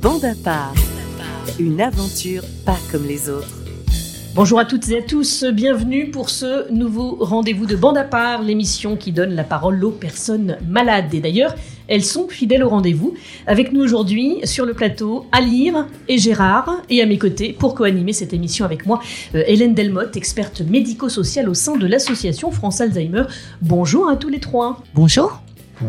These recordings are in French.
Bande à part, une aventure pas comme les autres. Bonjour à toutes et à tous, bienvenue pour ce nouveau rendez-vous de Bande à part, l'émission qui donne la parole aux personnes malades. Et d'ailleurs, elles sont fidèles au rendez-vous. Avec nous aujourd'hui, sur le plateau, Alire et Gérard, et à mes côtés, pour co-animer cette émission avec moi, euh, Hélène Delmotte, experte médico-sociale au sein de l'association France Alzheimer. Bonjour à tous les trois. Bonjour.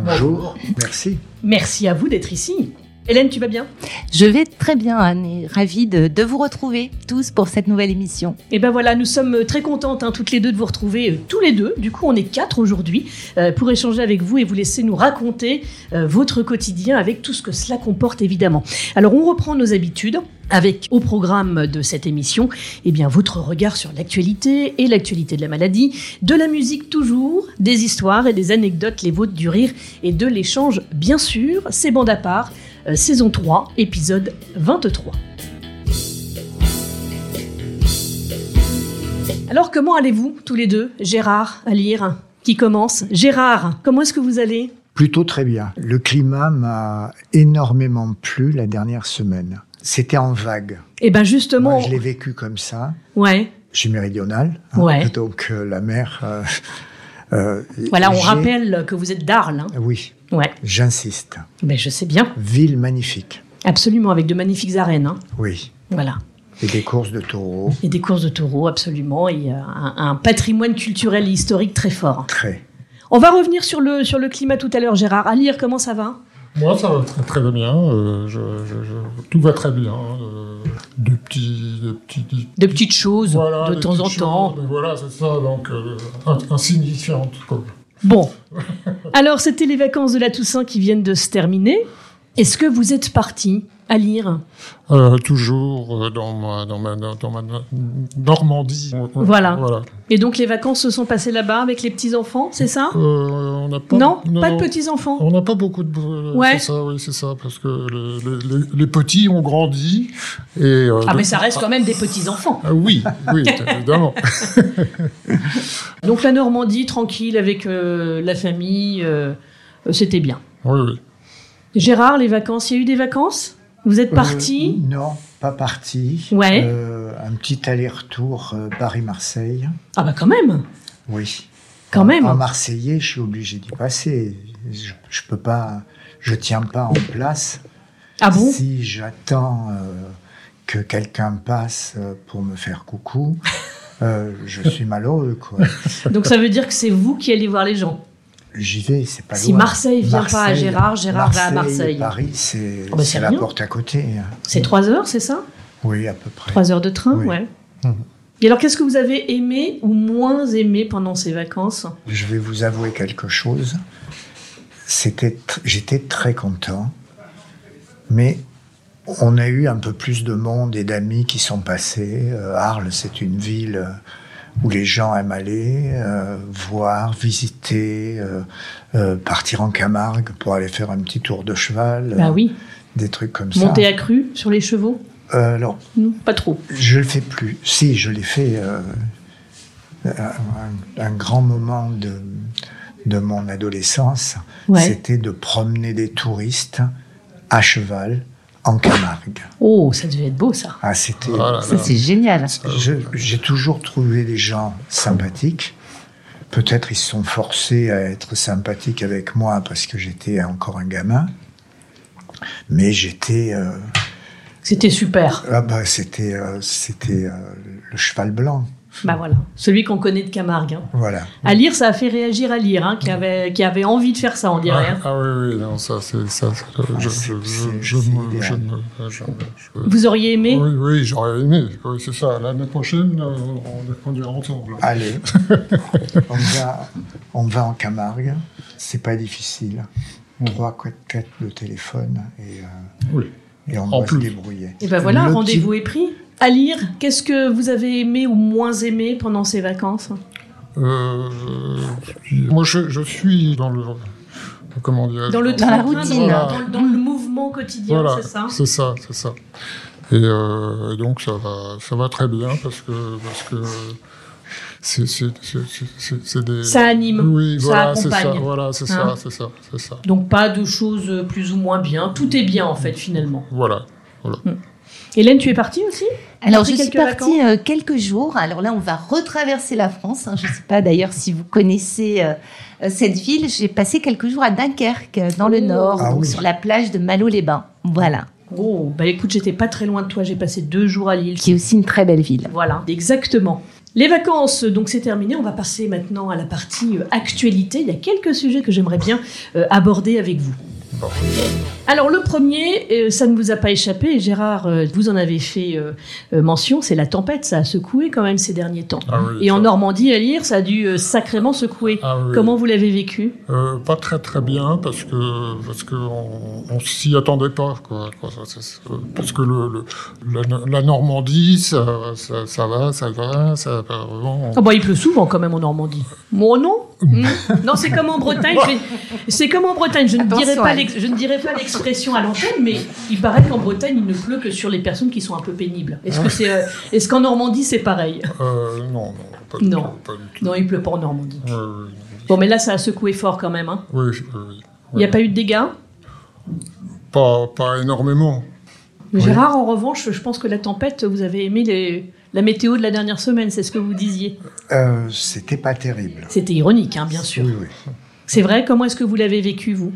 Bonjour, merci. Merci à vous d'être ici. Hélène, tu vas bien Je vais très bien, Anne, et ravie de, de vous retrouver tous pour cette nouvelle émission. Et ben voilà, nous sommes très contentes hein, toutes les deux de vous retrouver, euh, tous les deux. Du coup, on est quatre aujourd'hui euh, pour échanger avec vous et vous laisser nous raconter euh, votre quotidien avec tout ce que cela comporte évidemment. Alors, on reprend nos habitudes avec au programme de cette émission, eh bien votre regard sur l'actualité et l'actualité de la maladie, de la musique toujours, des histoires et des anecdotes, les vôtres du rire et de l'échange bien sûr, c'est bande à part, euh, saison 3, épisode 23. Alors comment allez-vous tous les deux Gérard, à lire, qui commence Gérard, comment est-ce que vous allez Plutôt très bien. Le climat m'a énormément plu la dernière semaine. C'était en vague. Eh ben Moi, justement, je l'ai vécu comme ça. ouais, Je suis méridional, Ouais. donc euh, la mer. euh, euh, voilà, on j'ai- rappelle que vous êtes d'Arles. hein. Oui, Ouais, j'insiste. ben je sais bien. Ville magnifique. Absolument, avec de magnifiques arènes. hein. Oui. Voilà. Et des courses de taureaux. Et des courses de taureaux, absolument. Et euh, un, un patrimoine culturel et historique très fort. Très. On va revenir sur le, sur le climat tout à l'heure, Gérard. Alire, comment ça va Moi, ça va très, très bien. euh, je- je- je- tout va très bien. euh, de petits, de petits, De petites choses, voilà, de des temps en petites temps. choses, mais voilà, c'est ça. Donc, euh, in- insignifiante. quoi. Bon. Alors, c'était les vacances de la Toussaint qui viennent de se terminer. Est-ce que vous êtes parti à lire Euh, toujours euh, dans ma, dans ma, dans ma Normandie. Voilà. Et donc, les vacances se sont passées là-bas avec les petits-enfants, c'est ça Euh, on n'a pas. Non, Pas de non. Oh, petits-enfants On n'a pas beaucoup de. euh, Ouais. C'est ça, oui, c'est ça, parce que les, les- les petits ont grandi et. euh, Ah, de- mais ça reste quand même des petits-enfants. Ah oui, oui, évidemment. Donc, la Normandie, tranquille, avec euh, la famille, euh, euh, c'était bien. Oui, oui. Gérard, les vacances, il y a eu des vacances Vous êtes parti Euh, Non, pas parti. Ouais. Euh, un petit aller-retour euh, Paris-Marseille. Ah bah quand même Oui. Quand En- même. En Marseillais, je suis obligé d'y passer. Je, je peux pas. Je tiens pas en place. Ah bon si j'attends euh, que quelqu'un passe euh, pour me faire coucou, euh, je suis malheureux. Quoi. Donc ça veut dire que c'est vous qui allez voir les gens. J'y vais, c'est pas Si loin. Marseille vient pas à Gérard, Gérard va à Marseille. Paris, c'est Oh, bah, c'est c'est la rien. porte à côté. hein. C'est trois heures, c'est ça Oui, à peu près. Trois heures de train, Oui. ouais. Mhm. Et alors qu'est-ce que vous avez aimé ou moins aimé pendant ces vacances Je vais vous avouer quelque chose. C'était, tr- j'étais très content, mais on a eu un peu plus de monde et d'amis qui sont passés. Euh, Arles, c'est une ville euh, où les gens aiment aller, euh, voir, visiter, euh, euh, partir en Camargue pour aller faire un petit tour de cheval, Bah euh, oui, des trucs comme monter à cru sur les chevaux ça. Euh, alors, Non, pas trop. je le fais plus. Si, je l'ai fait euh, un, un grand moment de, de mon adolescence. Ouais. C'était de promener des touristes à cheval en Camargue. Oh, ça devait être beau ça. Ah, c'était. Oh là là. Ça, c'est génial. Je- J'ai toujours trouvé des gens sympathiques. Peut-être ils se sont forcés à être sympathiques avec moi parce que j'étais encore un gamin. Mais j'étais. euh, C'était super. ah bah, c'était euh, c'était euh, le cheval blanc. Bah voilà, celui qu'on connaît de Camargue. hein. Voilà. À lire, ça a fait réagir à lire, hein, qui, avait, qui avait envie de faire ça, on dirait. hein. Ah, ah oui, oui, non, ça, c'est ça. c'est- je, c'est- je, c'est- je, je, c'est me- je, idéal. me- je me- je- Vous auriez aimé Oui, oui, j'aurais aimé. Oui, c'est ça. L'année prochaine, euh, on, on ira ensemble. Allez, on va, on va en Camargue. C'est pas difficile. Trois coups de tête de téléphone et, euh, Oui. et on En va plus. se débrouiller. Et ben voilà, Le rendez-vous est pris. À lire, qu'est-ce que vous avez aimé ou moins aimé pendant ces vacances Euh, je- moi, je, je suis dans le. Comment dire Dans le Dans la train, routine. dans, dans le- dans le mouvement quotidien, Voilà, c'est ça c'est ça, c'est ça. Et, euh, et donc ça va, ça va très bien parce que parce que c'est c'est- c'est- c'est- c'est- c'est des Ça anime, oui ça voilà c'est ça accompagne. voilà c'est Hein ça c'est ça c'est ça Donc pas de choses euh, plus ou moins bien. Tout est bien en fait finalement. voilà Voilà. Hélène, tu es partie aussi Alors, Après je suis quelques partie euh, quelques jours. Alors là, on va retraverser la France. hein. Je ne sais pas d'ailleurs si vous connaissez euh, euh, cette ville. J'ai passé quelques jours à Dunkerque, euh, dans le Oh. Nord, Ah donc oui. sur la plage de Malo-les-Bains. Voilà, Oh, bah écoute, j'étais pas très loin de toi, j'ai passé deux jours à Lille. qui est aussi une très belle ville. Voilà, exactement. Les vacances, donc c'est terminé. On va passer maintenant à la partie euh, actualité. Il y a quelques sujets que j'aimerais bien euh, aborder avec vous. Alors le premier, euh, ça ne vous a pas échappé, et Gérard, euh, vous en avez fait euh, euh, mention, c'est la tempête. Ça a secoué quand même ces derniers temps. Ah oui, Et en ça- Normandie, à lire, ça a dû euh, sacrément secouer. Ah oui. Comment vous l'avez vécu Euh, pas très très bien parce que parce que on, on s'y attendait pas quoi, quoi, ça, ça, ça, parce que le, le- la, la Normandie ça, ça, ça va ça va ça va vraiment Ah bah, il pleut souvent quand même en Normandie. Moi non. Hmm. Non, c'est comme en Bretagne. je- C'est comme en Bretagne. Je ne dirai Attention, pas Anne. l'ex- je ne dirai pas l'expression à l'antenne, mais il paraît qu'en Bretagne il ne pleut que sur les personnes qui sont un peu pénibles. Est-ce que c'est euh, est-ce qu'en Normandie c'est pareil euh, non non pas du Non. tout, pas du tout. Non, il pleut pas en Normandie. Ouais, ouais, Bon, mais là ça a secoué fort quand même. hein. oui, oui, oui. Il n'y a pas eu de dégâts. pas pas énormément Oui. Gérard, en revanche, je pense que la tempête, vous avez aimé les- la météo de la dernière semaine. C'est ce que vous disiez. Euh, C'était pas terrible. C'était ironique, hein, bien sûr. Oui, oui. C'est vrai. Comment est-ce que vous l'avez vécu vous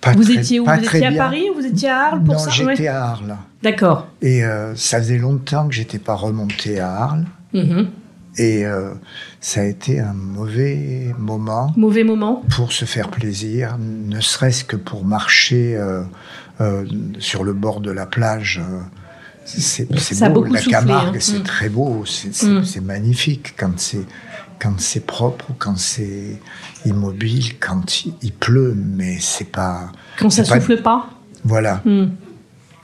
Pas Vous très- étiez où pas Vous très étiez à bien. Paris ou vous étiez à Arles pour Non, ça Ouais. j'étais à Arles. D'accord. Et euh, ça faisait longtemps que j'étais pas remonté à Arles. Mhm. Et euh, ça a été un mauvais moment Mauvais moment. pour se faire plaisir, ne serait-ce que pour marcher euh, euh, sur le bord de la plage. euh, C'est c'est Ça a beau, beaucoup la soufflé, Camargue, hein. c'est Mm. très beau, c'est c'est- Mm. c'est magnifique quand c'est quand c'est propre, quand c'est immobile, quand il, il pleut, mais c'est pas Quand ça C'est pas- souffle pas. voilà, Hmm.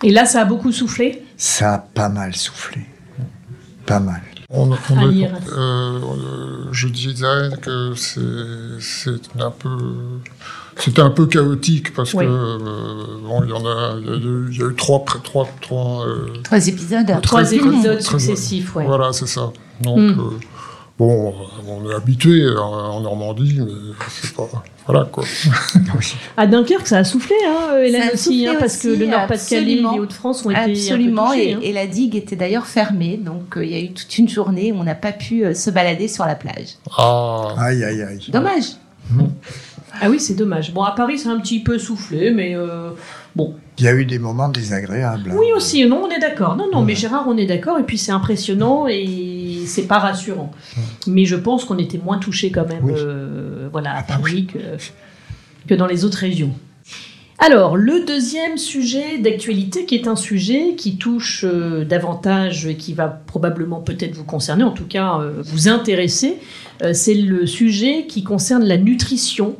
Et là, ça a beaucoup soufflé. ça a pas mal soufflé, pas mal. On, on À est- lire. euh, euh, je disais que c'est c'est un peu c'était un peu chaotique parce Oui. que euh, bon il y en a il y a eu, il y a eu trois pré- trois trois euh, Trois épisodes. Très- Trois très- épisodes très- successifs, ouais. voilà c'est ça donc Mm. euh, bon on est habitué en, en Normandie mais c'est pas voilà quoi À Dunkerque, ça a soufflé, hein, euh, Hélène Ça a aussi, hein, soufflé parce que aussi, le Nord-Pas-de-Calais et absolument. les Hauts-de-France ont été Absolument, un peu touchés, et, hein. et la digue était d'ailleurs fermée, donc euh, il y a eu toute une journée où on n'a pas pu euh, se balader sur la plage. ah Aïe aïe aïe. Dommage. Ah oui, c'est dommage. Bon, à Paris, c'est un petit peu soufflé, mais euh, bon. Il y a eu des moments désagréables. hein. Oui aussi, non, on est d'accord. Non, non, mais Gérard, on est d'accord. Et puis c'est impressionnant et c'est pas rassurant. Mais je pense qu'on était moins touchés quand même, Oui. euh, voilà, à Paris que, que dans les autres régions. Alors, le deuxième sujet d'actualité, qui est un sujet qui touche euh, davantage, et qui va probablement peut-être vous concerner, en tout cas euh, vous intéresser, euh, c'est le sujet qui concerne la nutrition,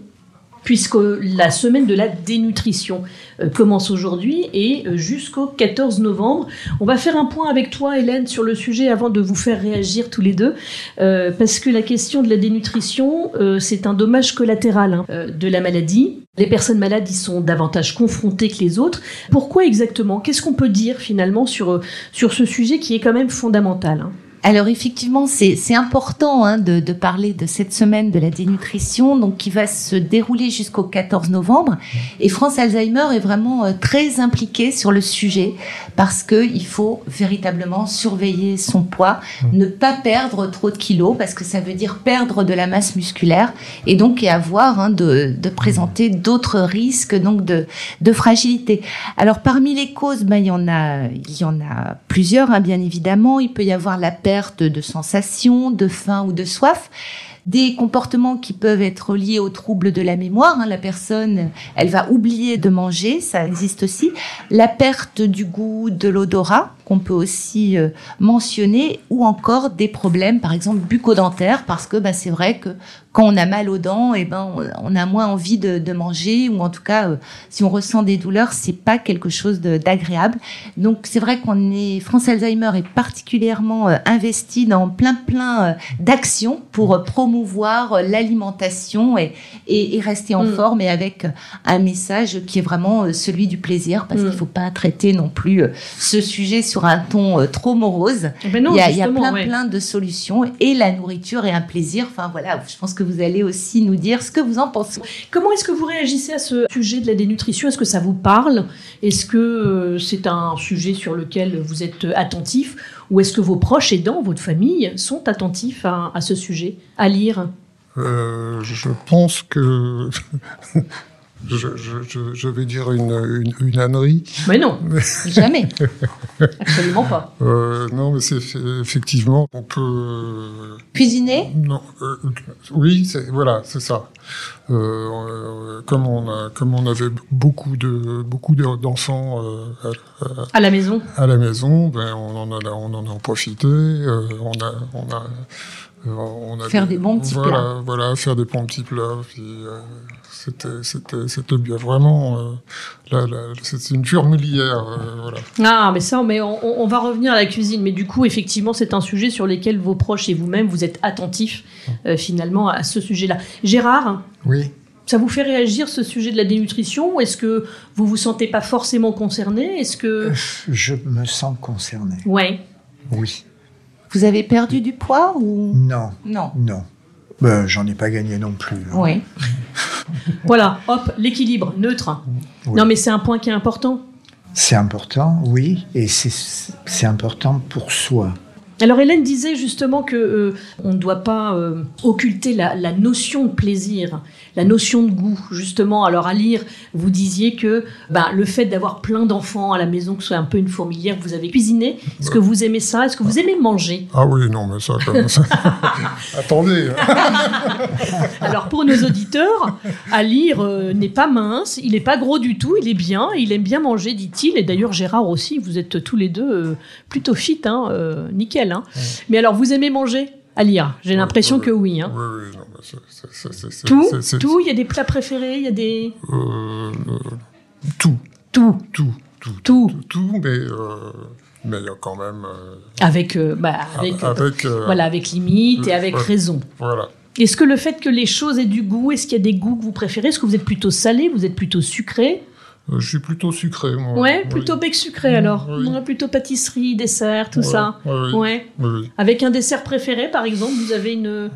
puisque la semaine de la dénutrition euh, commence aujourd'hui et euh, jusqu'au 14 novembre. On va faire un point avec toi, Hélène, sur le sujet avant de vous faire réagir tous les deux, euh, parce que la question de la dénutrition, euh, c'est un dommage collatéral hein, euh, de la maladie. Les personnes malades y sont davantage confrontées que les autres. Pourquoi exactement Qu'est-ce qu'on peut dire finalement sur, euh, sur ce sujet qui est quand même fondamental hein Alors effectivement, c'est c'est important hein, de, de parler de cette semaine de la dénutrition, donc qui va se dérouler jusqu'au 14 novembre. Et France Alzheimer est vraiment euh, très impliquée sur le sujet parce que il faut véritablement surveiller son poids, ne pas perdre trop de kilos parce que ça veut dire perdre de la masse musculaire et donc et avoir hein, de, de présenter d'autres risques donc de, de fragilité. Alors parmi les causes, ben, il y en a, il y en a plusieurs hein, bien évidemment. Il peut y avoir la perte de sensation, de faim ou de soif. Des comportements qui peuvent être liés aux troubles de la mémoire. hein. La personne, elle va oublier de manger, ça existe aussi. La perte du goût, de l'odorat, qu'on peut aussi euh, mentionner, ou encore des problèmes, par exemple, bucco-dentaires, parce que ben, c'est vrai que quand on a mal aux dents, et ben, on on a moins envie de, de manger, ou en tout cas, euh, si on ressent des douleurs, c'est pas quelque chose de- d'agréable. Donc c'est vrai qu'on est France Alzheimer est particulièrement euh, investi dans plein plein euh, d'actions pour euh, promouvoir euh, l'alimentation et, et, et rester en Mm. forme et avec euh, un message qui est vraiment euh, celui du plaisir parce Mm. qu'il faut pas traiter non plus euh, ce sujet sur sur un ton euh, trop morose. Ben non, il y a, il y a justement, plein, ouais. plein de solutions et la nourriture est un plaisir. Enfin voilà, je pense que vous allez aussi nous dire ce que vous en pensez. Comment est-ce que vous réagissez à ce sujet de la dénutrition Est-ce que ça vous parle Est-ce que euh, c'est un sujet sur lequel vous êtes euh, attentif Ou est-ce que vos proches aidants, votre famille, sont attentifs à, à ce sujet À lire Euh, je pense que. je, je- je- je vais dire une, une, une ânerie. Mais non, Jamais. absolument pas. Euh, non, mais c'est c'est- effectivement, on peut. Cuisiner Non, euh, oui, c'est- voilà, c'est ça. Euh, euh, comme on a, comme on avait beaucoup de beaucoup de- d'enfants euh, À la maison à, à la maison, ben on en a, on en a profité. euh, on a, on a, euh, on a Faire des bons petits voilà, plats. Voilà, faire des bons petits plats. Puis euh, c'était, c'était, c'était bien vraiment. Euh, là, là, c'était une fourmilière. euh, voilà. Ah, mais ça, mais on, on- on va revenir à la cuisine. Mais du coup, effectivement, c'est un sujet sur lequel vos proches et vous-même, vous êtes attentifs euh, finalement à ce sujet-là. Gérard, Oui. ça vous fait réagir ce sujet de la dénutrition ou Est-ce que vous vous sentez pas forcément concerné Est-ce que Je me sens concerné. ouais Oui. Vous avez perdu du poids ou Non, non non. Ben, J'en ai pas gagné non plus. hein. Oui. Voilà, hop, l'équilibre neutre. Oui. Non, mais c'est un point qui est important. C'est important, oui, et c'est- c'est important pour soi. Alors Hélène disait justement que euh, on ne doit pas euh, occulter la, la notion de plaisir, la notion de goût justement. Alors à lire, vous disiez que bah, le fait d'avoir plein d'enfants à la maison, que ce soit un peu une fourmilière, vous avez cuisiné. Est-ce que vous aimez ça Est-ce que vous aimez manger Ah oui, non, mais ça, comme ça. Attendez. hein. Alors pour nos auditeurs, à lire euh, n'est pas mince, il n'est pas gros du tout, il est bien, il aime bien manger, dit-il. Et d'ailleurs Gérard aussi, vous êtes tous les deux euh, plutôt fit, hein, euh, nickel. hein. Mais alors vous aimez manger à lire J'ai Ouais, l'impression ouais, que oui. hein. Oui, oui, non, mais c'est- c'est- c'est- c'est- c'est- Tout, c'est- c'est- tout, il y a des plats préférés, il y a des... euh, euh, tout, Tout. tout, tout, Tout. tout, tout, mais euh, mais il y a quand même euh, Avec, euh, bah, avec, euh, euh, voilà, avec limite et avec Ouais. raison. voilà. Est-ce que le fait que les choses aient du goût, est-ce qu'il y a des goûts que vous préférez Est-ce que vous êtes plutôt salé, vous êtes plutôt sucré Euh, je suis plutôt sucré, moi. Ouais, Oui. plutôt bec sucré Mmh, alors. oui. Ouais, plutôt pâtisserie, dessert, tout Ouais, ça. ouais, oui, Ouais. oui, oui. Avec un dessert préféré, par exemple, vous avez une.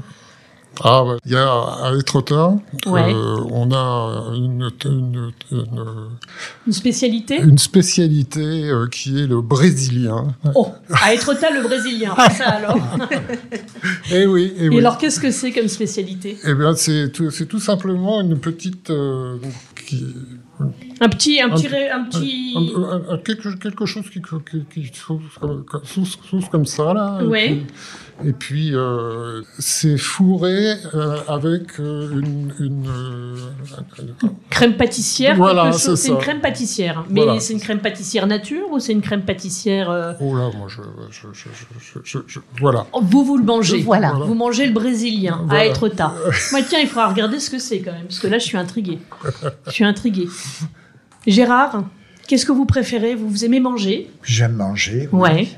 Ah, ouais. il y a à Étretat, Ouais. euh, on a une, une, une, Une spécialité une spécialité euh, qui est le brésilien. Oh, à Etretat, le brésilien. Ça alors. Eh oui, eh Et oui. alors, qu'est-ce que c'est comme spécialité Eh bien, c'est tout, c'est tout simplement une petite euh, qui, Un petit, un petit, Un- ré- un petit. Un- un- un- quelque, quelque chose qui, qui, qui sauce, comme, comme- sauce- sauce comme ça, là. et Ouais. puis- Et puis, euh, c'est fourré euh, avec euh, une... une, euh, Crème pâtissière, Voilà, quelque chose. c'est C'est une ça. crème pâtissière. Mais Voilà. c'est une crème pâtissière nature ou c'est une crème pâtissière. euh, oh là, moi, je... je, je, je, je, je- voilà. Vous, vous le mangez. Voilà. Vous mangez le brésilien Voilà. Euh. à être tard. Moi, tiens, il faudra regarder ce que c'est quand même, parce que là, je suis intriguée. Je suis intriguée. Gérard, qu'est-ce que vous préférez vous, vous aimez manger J'aime manger, oui. Ouais.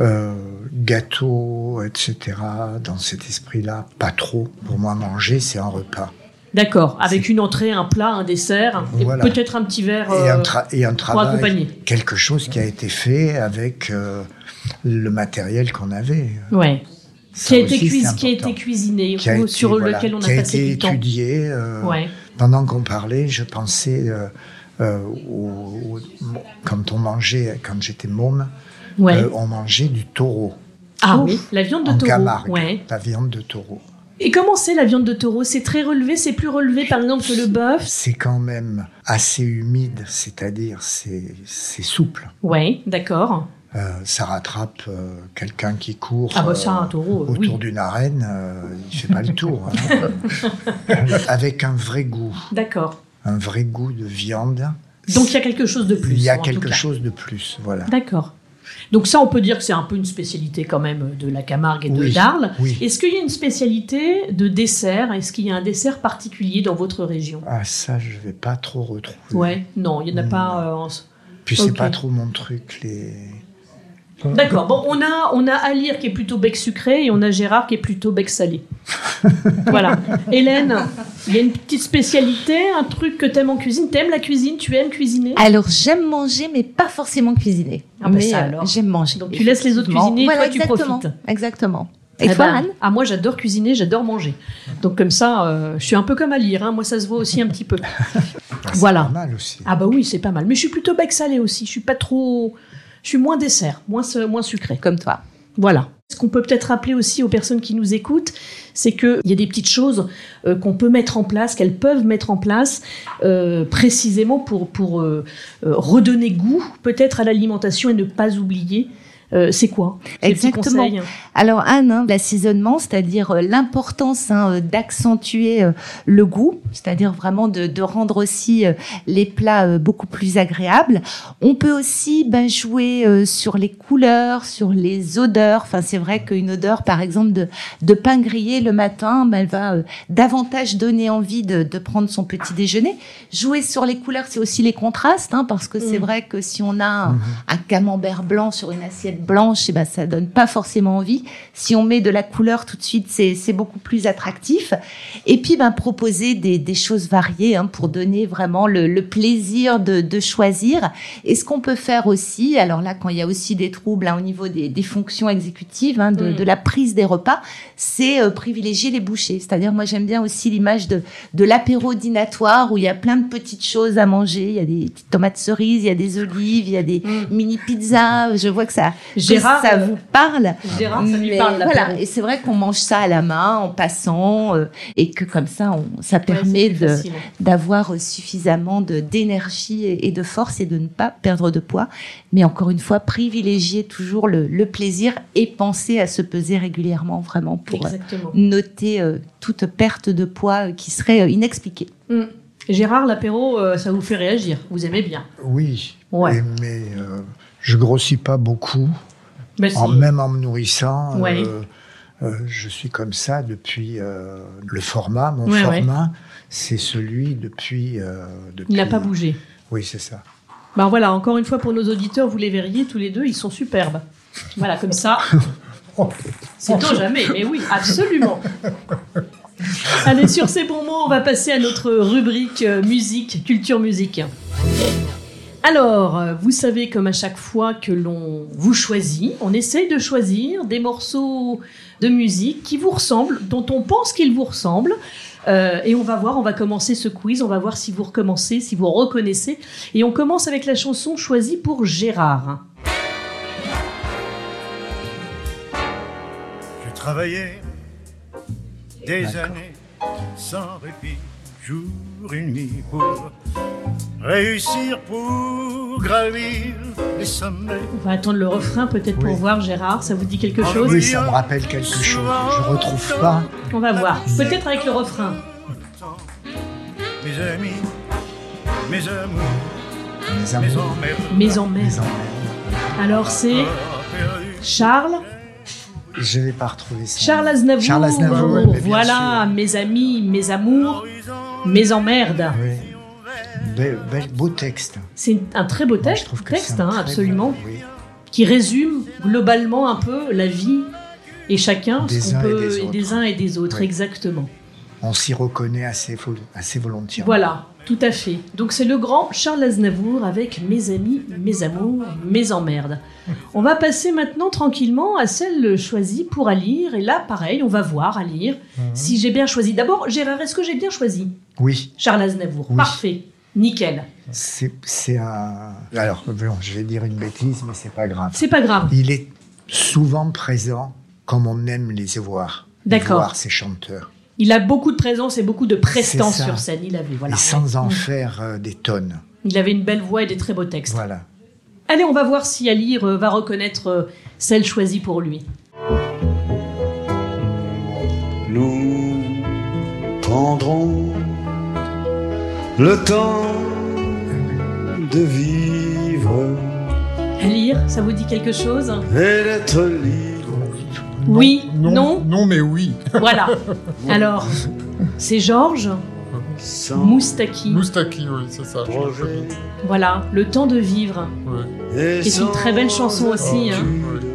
Euh, gâteaux, etc. Dans cet esprit-là, pas trop. Pour moi, manger, c'est un repas. D'accord. Avec une entrée, un plat, un dessert, et Voilà. peut-être un petit verre. et, un euh, tra- et un pour accompagner. travail, quelque chose qui a été fait avec euh, le matériel qu'on avait. Ouais. Ça Qui a, été aussi, cuis- c'est qui a été important. cuisiné, Qui a été, sur voilà, lequel on a qui passé été du temps. étudié. euh, Ouais. Pendant qu'on parlait, je pensais, euh, euh, au- au- quand on mangeait, quand j'étais môme, Ouais. euh, on mangeait du taureau ah oui, la viande de en taureau. Camargue, Ouais. la viande de taureau. Et comment c'est la viande de taureau C'est très relevé, c'est plus relevé par exemple que le bœuf C'est quand même assez humide, c'est-à-dire c'est c'est souple. Ouais, d'accord. Euh, ça rattrape euh, quelqu'un qui court Ah bah euh, ça, un taureau, euh, autour oui. d'une arène, euh, il fait pas le tour. hein. Avec un vrai goût, D'accord. un vrai goût de viande. Donc il y a quelque chose de plus. Il y a en tout quelque cas. chose de plus, voilà. D'accord. Donc ça, on peut dire que c'est un peu une spécialité quand même de la Camargue et de Oui, l'Arles. oui. Est-ce qu'il y a une spécialité de dessert Est-ce qu'il y a un dessert particulier dans votre région Ah ça, je vais pas trop retrouver. Ouais, non, il n'y en a Mm. pas. euh, en s- Puis Ok. c'est pas trop mon truc les. D'accord. Bon, on a on a Alire qui est plutôt bec sucré et on a Gérard qui est plutôt bec salé. Voilà. Hélène, il y a une petite spécialité, un truc que t'aimes en cuisine. T'aimes la cuisine Tu aimes cuisiner Alors, j'aime manger, mais pas forcément cuisiner. Ah bah mais ça euh, alors. j'aime manger. Donc, tu laisses les autres Effectivement. cuisiner et voilà, toi, tu exactement, profites. Exactement. Et Eh toi, ben, Anne Ah moi j'adore cuisiner, j'adore manger. Donc comme ça, euh, je suis un peu comme à lire. hein. Moi ça se voit aussi un petit peu. Ah, c'est Voilà. pas mal aussi. Ah bah oui c'est pas mal. Mais je suis plutôt bec salé aussi. Je suis pas trop, je suis moins dessert, moins se- moins sucré. Comme toi. Voilà. Ce qu'on peut peut-être rappeler aussi aux personnes qui nous écoutent, c'est qu'il y a des petites choses euh, qu'on peut mettre en place, qu'elles peuvent mettre en place, euh, précisément pour, pour euh, euh, redonner goût peut-être à l'alimentation et ne pas oublier. euh, c'est quoi Ces petits Exactement. conseils. Alors Anne, hein, l'assaisonnement, c'est-à-dire euh, l'importance hein, euh, d'accentuer euh, le goût, c'est-à-dire vraiment de, de rendre aussi euh, les plats euh, beaucoup plus agréables. On peut aussi ben, jouer euh, sur les couleurs, sur les odeurs. Enfin, c'est vrai qu'une odeur, par exemple, de, de pain grillé le matin, ben, elle va euh, davantage donner envie de, de prendre son petit déjeuner. Jouer sur les couleurs, c'est aussi les contrastes, hein, parce que c'est Mhm. vrai que si on a un- Mhm. un camembert blanc sur une assiette blanche, eh ben, ça donne pas forcément envie. Si on met de la couleur tout de suite, c'est c'est beaucoup plus attractif. Et puis, ben, proposer des, des choses variées hein, pour donner vraiment le, le plaisir de, de choisir. Et ce qu'on peut faire aussi, alors là, quand il y a aussi des troubles hein, au niveau des, des fonctions exécutives, hein, de, Mm. de la prise des repas, c'est euh, privilégier les bouchées. C'est-à-dire, moi, j'aime bien aussi l'image de, de l'apéro dînatoire où il y a plein de petites choses à manger. Il y a des petites tomates cerises, il y a des olives, il y a des Mm. mini pizza. Je vois que ça, que Gérard, ça euh, vous parle. Gérard, ça lui Mais parle, l'apéro. voilà, et c'est vrai qu'on mange ça à la main en passant euh, et que comme ça, on, ça Ouais, permet c'est plus de facile. d'avoir euh, suffisamment de- d'énergie et et de force et de ne pas perdre de poids. Mais encore une fois, privilégier toujours le, le plaisir et penser à se peser régulièrement, vraiment, pour euh, Exactement. noter euh, toute perte de poids euh, qui serait euh, inexpliquée. Mm. Gérard, l'apéro, euh, ça vous fait réagir. Vous aimez bien. Oui, Ouais. Et- mais euh, je grossis pas beaucoup. Mais si. En, même en me nourrissant, Ouais. euh, euh, je suis comme ça depuis euh, le format. Mon Ouais, ouais. format, c'est celui depuis. euh, depuis- Il n'a pas bougé. Oui, c'est ça. Ben voilà, encore une fois pour nos auditeurs, vous les verriez tous les deux, ils sont superbes. Voilà, comme ça. C'est tôt jamais, mais oui, absolument. Allez, sur ces bons mots, on va passer à notre rubrique euh, musique, culture musique. Alors, euh, vous savez comme à chaque fois que l'on vous choisit, on essaye de choisir des morceaux de musique qui vous ressemblent, dont on pense qu'ils vous ressemblent. Euh, et on va voir, on va commencer ce quiz, on va voir si vous recommencez, si vous reconnaissez. Et on commence avec la chanson choisie pour Gérard. Je travaillais des D'accord. années sans répit, jour et nuit, pour réussir, pour gravir les sommets. On va attendre le refrain peut-être pour Oui. Ah, voir Gérard, ça vous dit quelque chose Oui, ça me rappelle quelque chose. Je retrouve pas. On va voir. Ah, Peut-être avec le refrain. Mes amis, mes amours, Mes mes amours, emmerdes, Mais en mes mer. emmerdes. Alors c'est perdus. Charles, Je vais pas retrouver ça. Charles Aznavour. Charles Aznavour, ouais, mais bien voilà, mes amis, mes amours, Horizon, mes emmerdes. Oui. Be- be- beau texte. C'est un très beau Moi, je texte, trouve que texte c'est un hein, très absolument, bon- oui. qui résume globalement un peu la vie et chacun, Des ce qu'on uns et peut, des et autres. des uns et des autres, Oui. exactement. On s'y reconnaît assez, vol- assez volontiers. Voilà, tout à fait. Donc c'est le grand Charles Aznavour avec Mes amis, mes amours, mes emmerdes. On va passer maintenant tranquillement à celle choisie pour Alire. Et là, pareil, on va voir Alire Mhm. si j'ai bien choisi. D'abord, Gérard, est-ce que j'ai bien choisi Oui, Charles Aznavour Oui. Parfait, nickel. c'est c'est un. Alors, bon, je vais dire une bêtise, mais c'est pas grave. C'est pas grave. Il est souvent présent comme on aime les voir. D'accord. Voir ces chanteurs. Il a beaucoup de présence et beaucoup de prestance C'est ça. sur scène. Il avait, voilà. et sans en Mm. faire euh, des tonnes. Il avait une belle voix et des très beaux textes. Voilà. Allez, on va voir si Alire euh, va reconnaître euh, celle choisie pour lui. nous prendrons le temps de vivre Alire, ça vous dit quelque chose et d'être libre. Oui, non. Non, mais oui. Voilà. Alors, c'est Georges Sans Moustaki. Moustaki, oui, c'est ça. projet Voilà, le temps de vivre. Oui, et c'est une sans très belle chanson aussi, hein. attitude. oui.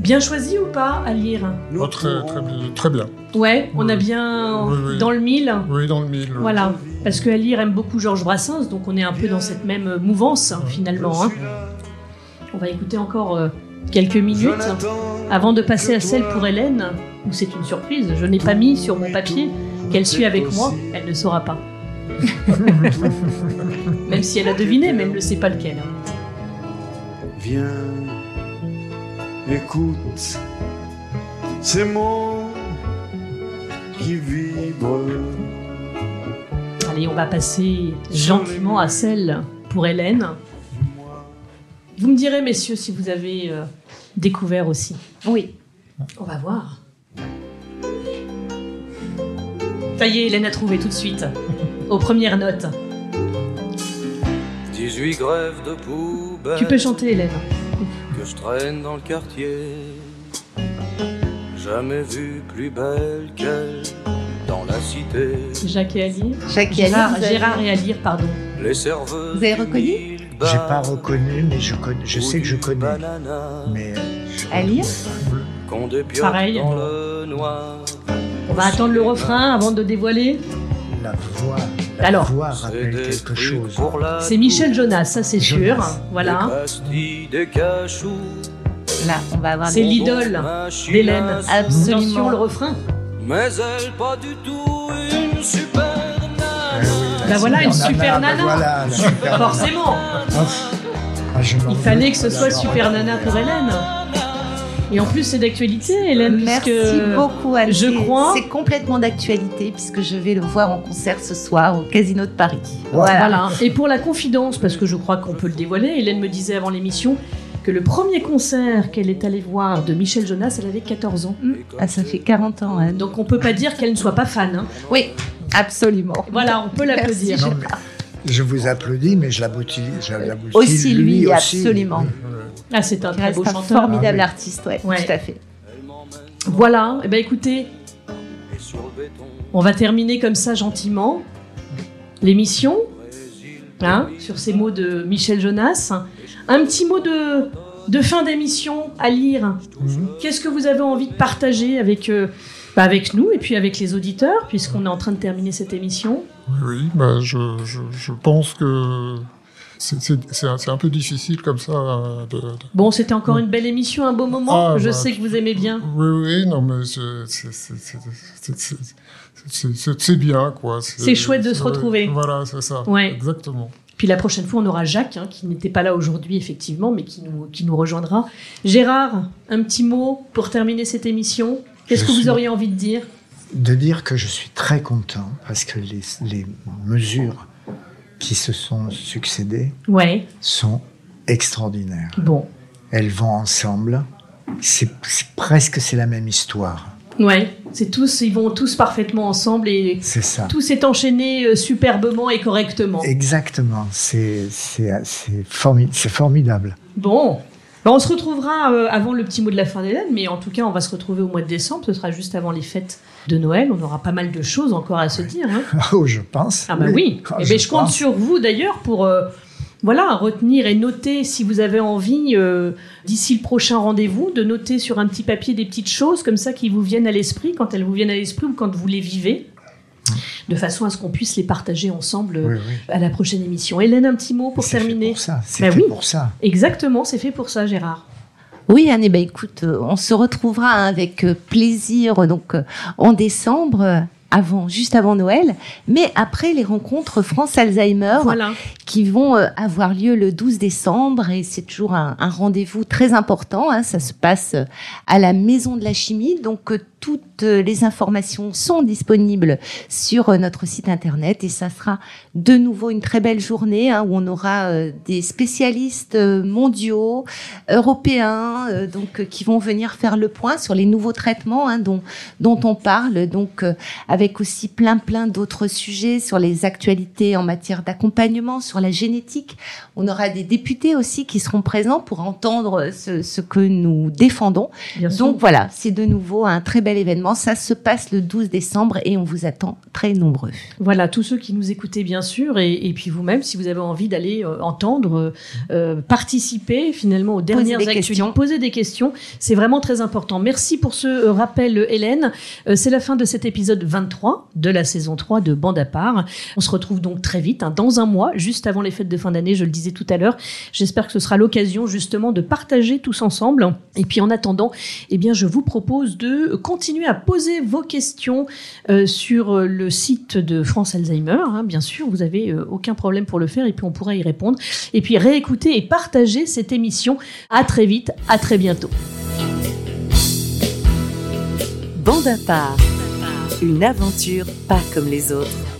Bien choisi ou pas à lire Nous Oh, très, pourrons très, bien- très bien. Ouais, on a Oui. bien Oui, oui. dans le mille. Oui, dans le mille. oui. Voilà, parce que Alire aime beaucoup Georges Brassens, donc on est un peu dans cette même euh, mouvance hein, finalement. hein. On va écouter encore euh, quelques minutes Jonathan, avant de passer que à celle toi, pour Hélène, où c'est une surprise, je n'ai pas mis sur mon papier qu'elle suit avec moi, elle ne saura pas. même si elle a deviné, mais elle ne sait pas lequel. hein. Viens, écoute ces mots qui vibrent. Allez, on va passer gentiment à celle pour Hélène. Vous me direz, messieurs, si vous avez euh, découvert aussi. Oui. On va voir. Ça y est, Hélène a trouvé tout de suite. Aux premières notes. 18 grèves de poubelle Tu peux chanter, Hélène. que je traîne dans le quartier. Jamais vu plus belle qu'elle dans la cité. Jacques et Ali. Jacques et Gérard, Ali, vous avez- Gérard et Alire, pardon. Les serveuses. Vous avez du reconnu Milk J'ai Bar pas reconnu, mais je, connais- je ou sais que je du connais. banana Mais euh, je- À lire qu'on débiote Pareil. dans le noir. On va attendre le refrain avant de dévoiler. la voix, la Alors. voix C'est rappelle des quelque trucs chose. pour la C'est Michel toux. Jonas, ça c'est sûr. Jonas. Des Voilà. hein. pastilles, des cachous. Là, on va avoir C'est des- bonbons, l'idole machines d'Hélène. à sous. Absolument. Attention, le refrain. Mais elle, pas du tout une super Ah nana. oui, la Bah voilà, une nana, super bah nana. Voilà, la super nana. Forcément. Ah, je m'en Il fallait veux que ce soit d'avoir Super Nana pour Hélène. Et en plus, c'est d'actualité, Hélène. Merci puisque- beaucoup, Anne. je C'est- crois- C'est complètement d'actualité puisque je vais le voir en concert ce soir au Casino de Paris. Voilà. Et pour la confidence, parce que je crois qu'on peut le dévoiler, Hélène me disait avant l'émission que le premier concert qu'elle est allée voir de Michel Jonas, elle avait 14 ans. Mm. Ah, ça fait 40 ans, Anne. Donc on peut pas dire qu'elle ne soit pas fan. hein. Oui, absolument. Voilà, on peut l'applaudir. Merci. Non, mais je vous applaudis, mais je l'aboutis. je l'aboutis Aussi, lui, aussi. absolument. Ah, c'est un Il très reste beau un chanteur. formidable Ah oui. artiste, ouais, Ouais. tout à fait. Voilà. Eh ben écoutez, Et sur le béton, on va terminer comme ça gentiment l'émission Brésil, hein, sur ces mots de Michel Jonas. Un petit mot de de fin d'émission à lire. Mhm. Qu'est-ce que vous avez envie de partager avec euh, bah, avec nous et puis avec les auditeurs, puisqu'on est en train de terminer cette émission. Oui, oui, bah, je, je, je pense que c'est- c'est c'est un, c'est un peu difficile comme ça. euh, De, de- Bon, c'était encore une belle émission, un beau moment. Ah, je bah, sais que vous aimez bien. Oui, oui, non, mais c'est- c'est- c'est- c'est- c'est- c'est- c'est c'est- c'est bien, quoi. C'est chouette de se ouais, retrouver. Voilà, c'est ça. Ouais. Exactement. Puis la prochaine fois, on aura Jacques, hein, qui n'était pas là aujourd'hui, effectivement, mais qui nous, qui nous rejoindra. Gérard, un petit mot pour terminer cette émission. Qu'est-ce Je que vous suis- auriez envie de dire de dire que je suis très content parce que les, les mesures qui se sont succédées Ouais, sont extraordinaires. bon. Elles vont ensemble. C'est c'est presque c'est la même histoire. Ouais, c'est tous, ils vont tous parfaitement ensemble et C'est ça. tout s'est enchaîné euh, superbement et correctement. Exactement. C'est c'est- c'est formi- c'est formidable. Bon. Ben, on se retrouvera euh, avant le petit mot de la fin d'Hélène, mais en tout cas, on va se retrouver au mois de décembre. Ce sera juste avant les fêtes de Noël. On aura pas mal de choses encore à se dire. hein. Oh, je pense. Ah bah oui. Ah, Eh ben, je compte pense. sur vous d'ailleurs pour euh, voilà retenir et noter si vous avez envie euh, d'ici le prochain rendez-vous de noter sur un petit papier des petites choses comme ça qui vous viennent à l'esprit quand elles vous viennent à l'esprit ou quand vous les vivez, de façon à ce qu'on puisse les partager ensemble euh, Oui, oui. à la prochaine émission. Hélène, un petit mot pour C'est fait terminer. Ben pour ça. C'était oui. pour ça. Exactement, c'est fait pour ça, Gérard. Oui, Anne, eh ben, écoute, euh, on se retrouvera hein, avec euh, plaisir euh, donc euh, en décembre, euh, avant, juste avant Noël, mais après les rencontres France Alzheimer Voilà. qui vont euh, avoir lieu le 12 décembre et c'est toujours un, un rendez-vous très important. hein, ça se passe euh, à la Maison de la Chimie, donc euh, toutes euh, les informations sont disponibles sur euh, notre site internet et ça sera de nouveau une très belle journée hein, où on aura euh, des spécialistes euh, mondiaux, européens euh, donc euh, qui vont venir faire le point sur les nouveaux traitements hein, dont dont on parle donc euh, avec aussi plein plein d'autres sujets sur les actualités en matière d'accompagnement sur la génétique on aura des députés aussi qui seront présents pour entendre ce, ce que nous défendons Bien sûr. donc voilà c'est de nouveau un très bel bel événement. Ça se passe le 12 décembre et on vous attend très nombreux. Voilà, tous ceux qui nous écoutaient, bien sûr, et, et puis vous-même, si vous avez envie d'aller euh, entendre, euh, euh, participer finalement aux dernières des actus, questions. poser des questions, c'est vraiment très important. Merci pour ce euh, rappel, euh, Hélène. Euh, c'est la fin de cet épisode 23 de la saison 3 de Bande à part. On se retrouve donc très vite, hein, dans un mois, juste avant les fêtes de fin d'année, je le disais tout à l'heure. J'espère que ce sera l'occasion justement de partager tous ensemble. Et puis en attendant, eh bien, je vous propose de continuer à poser vos questions euh, sur euh, le site de France Alzheimer, hein, bien sûr, vous avez euh, aucun problème pour le faire et puis on pourra y répondre. Et puis réécouter et partager cette émission. À très vite, à très bientôt. Bande à part, une aventure pas comme les autres.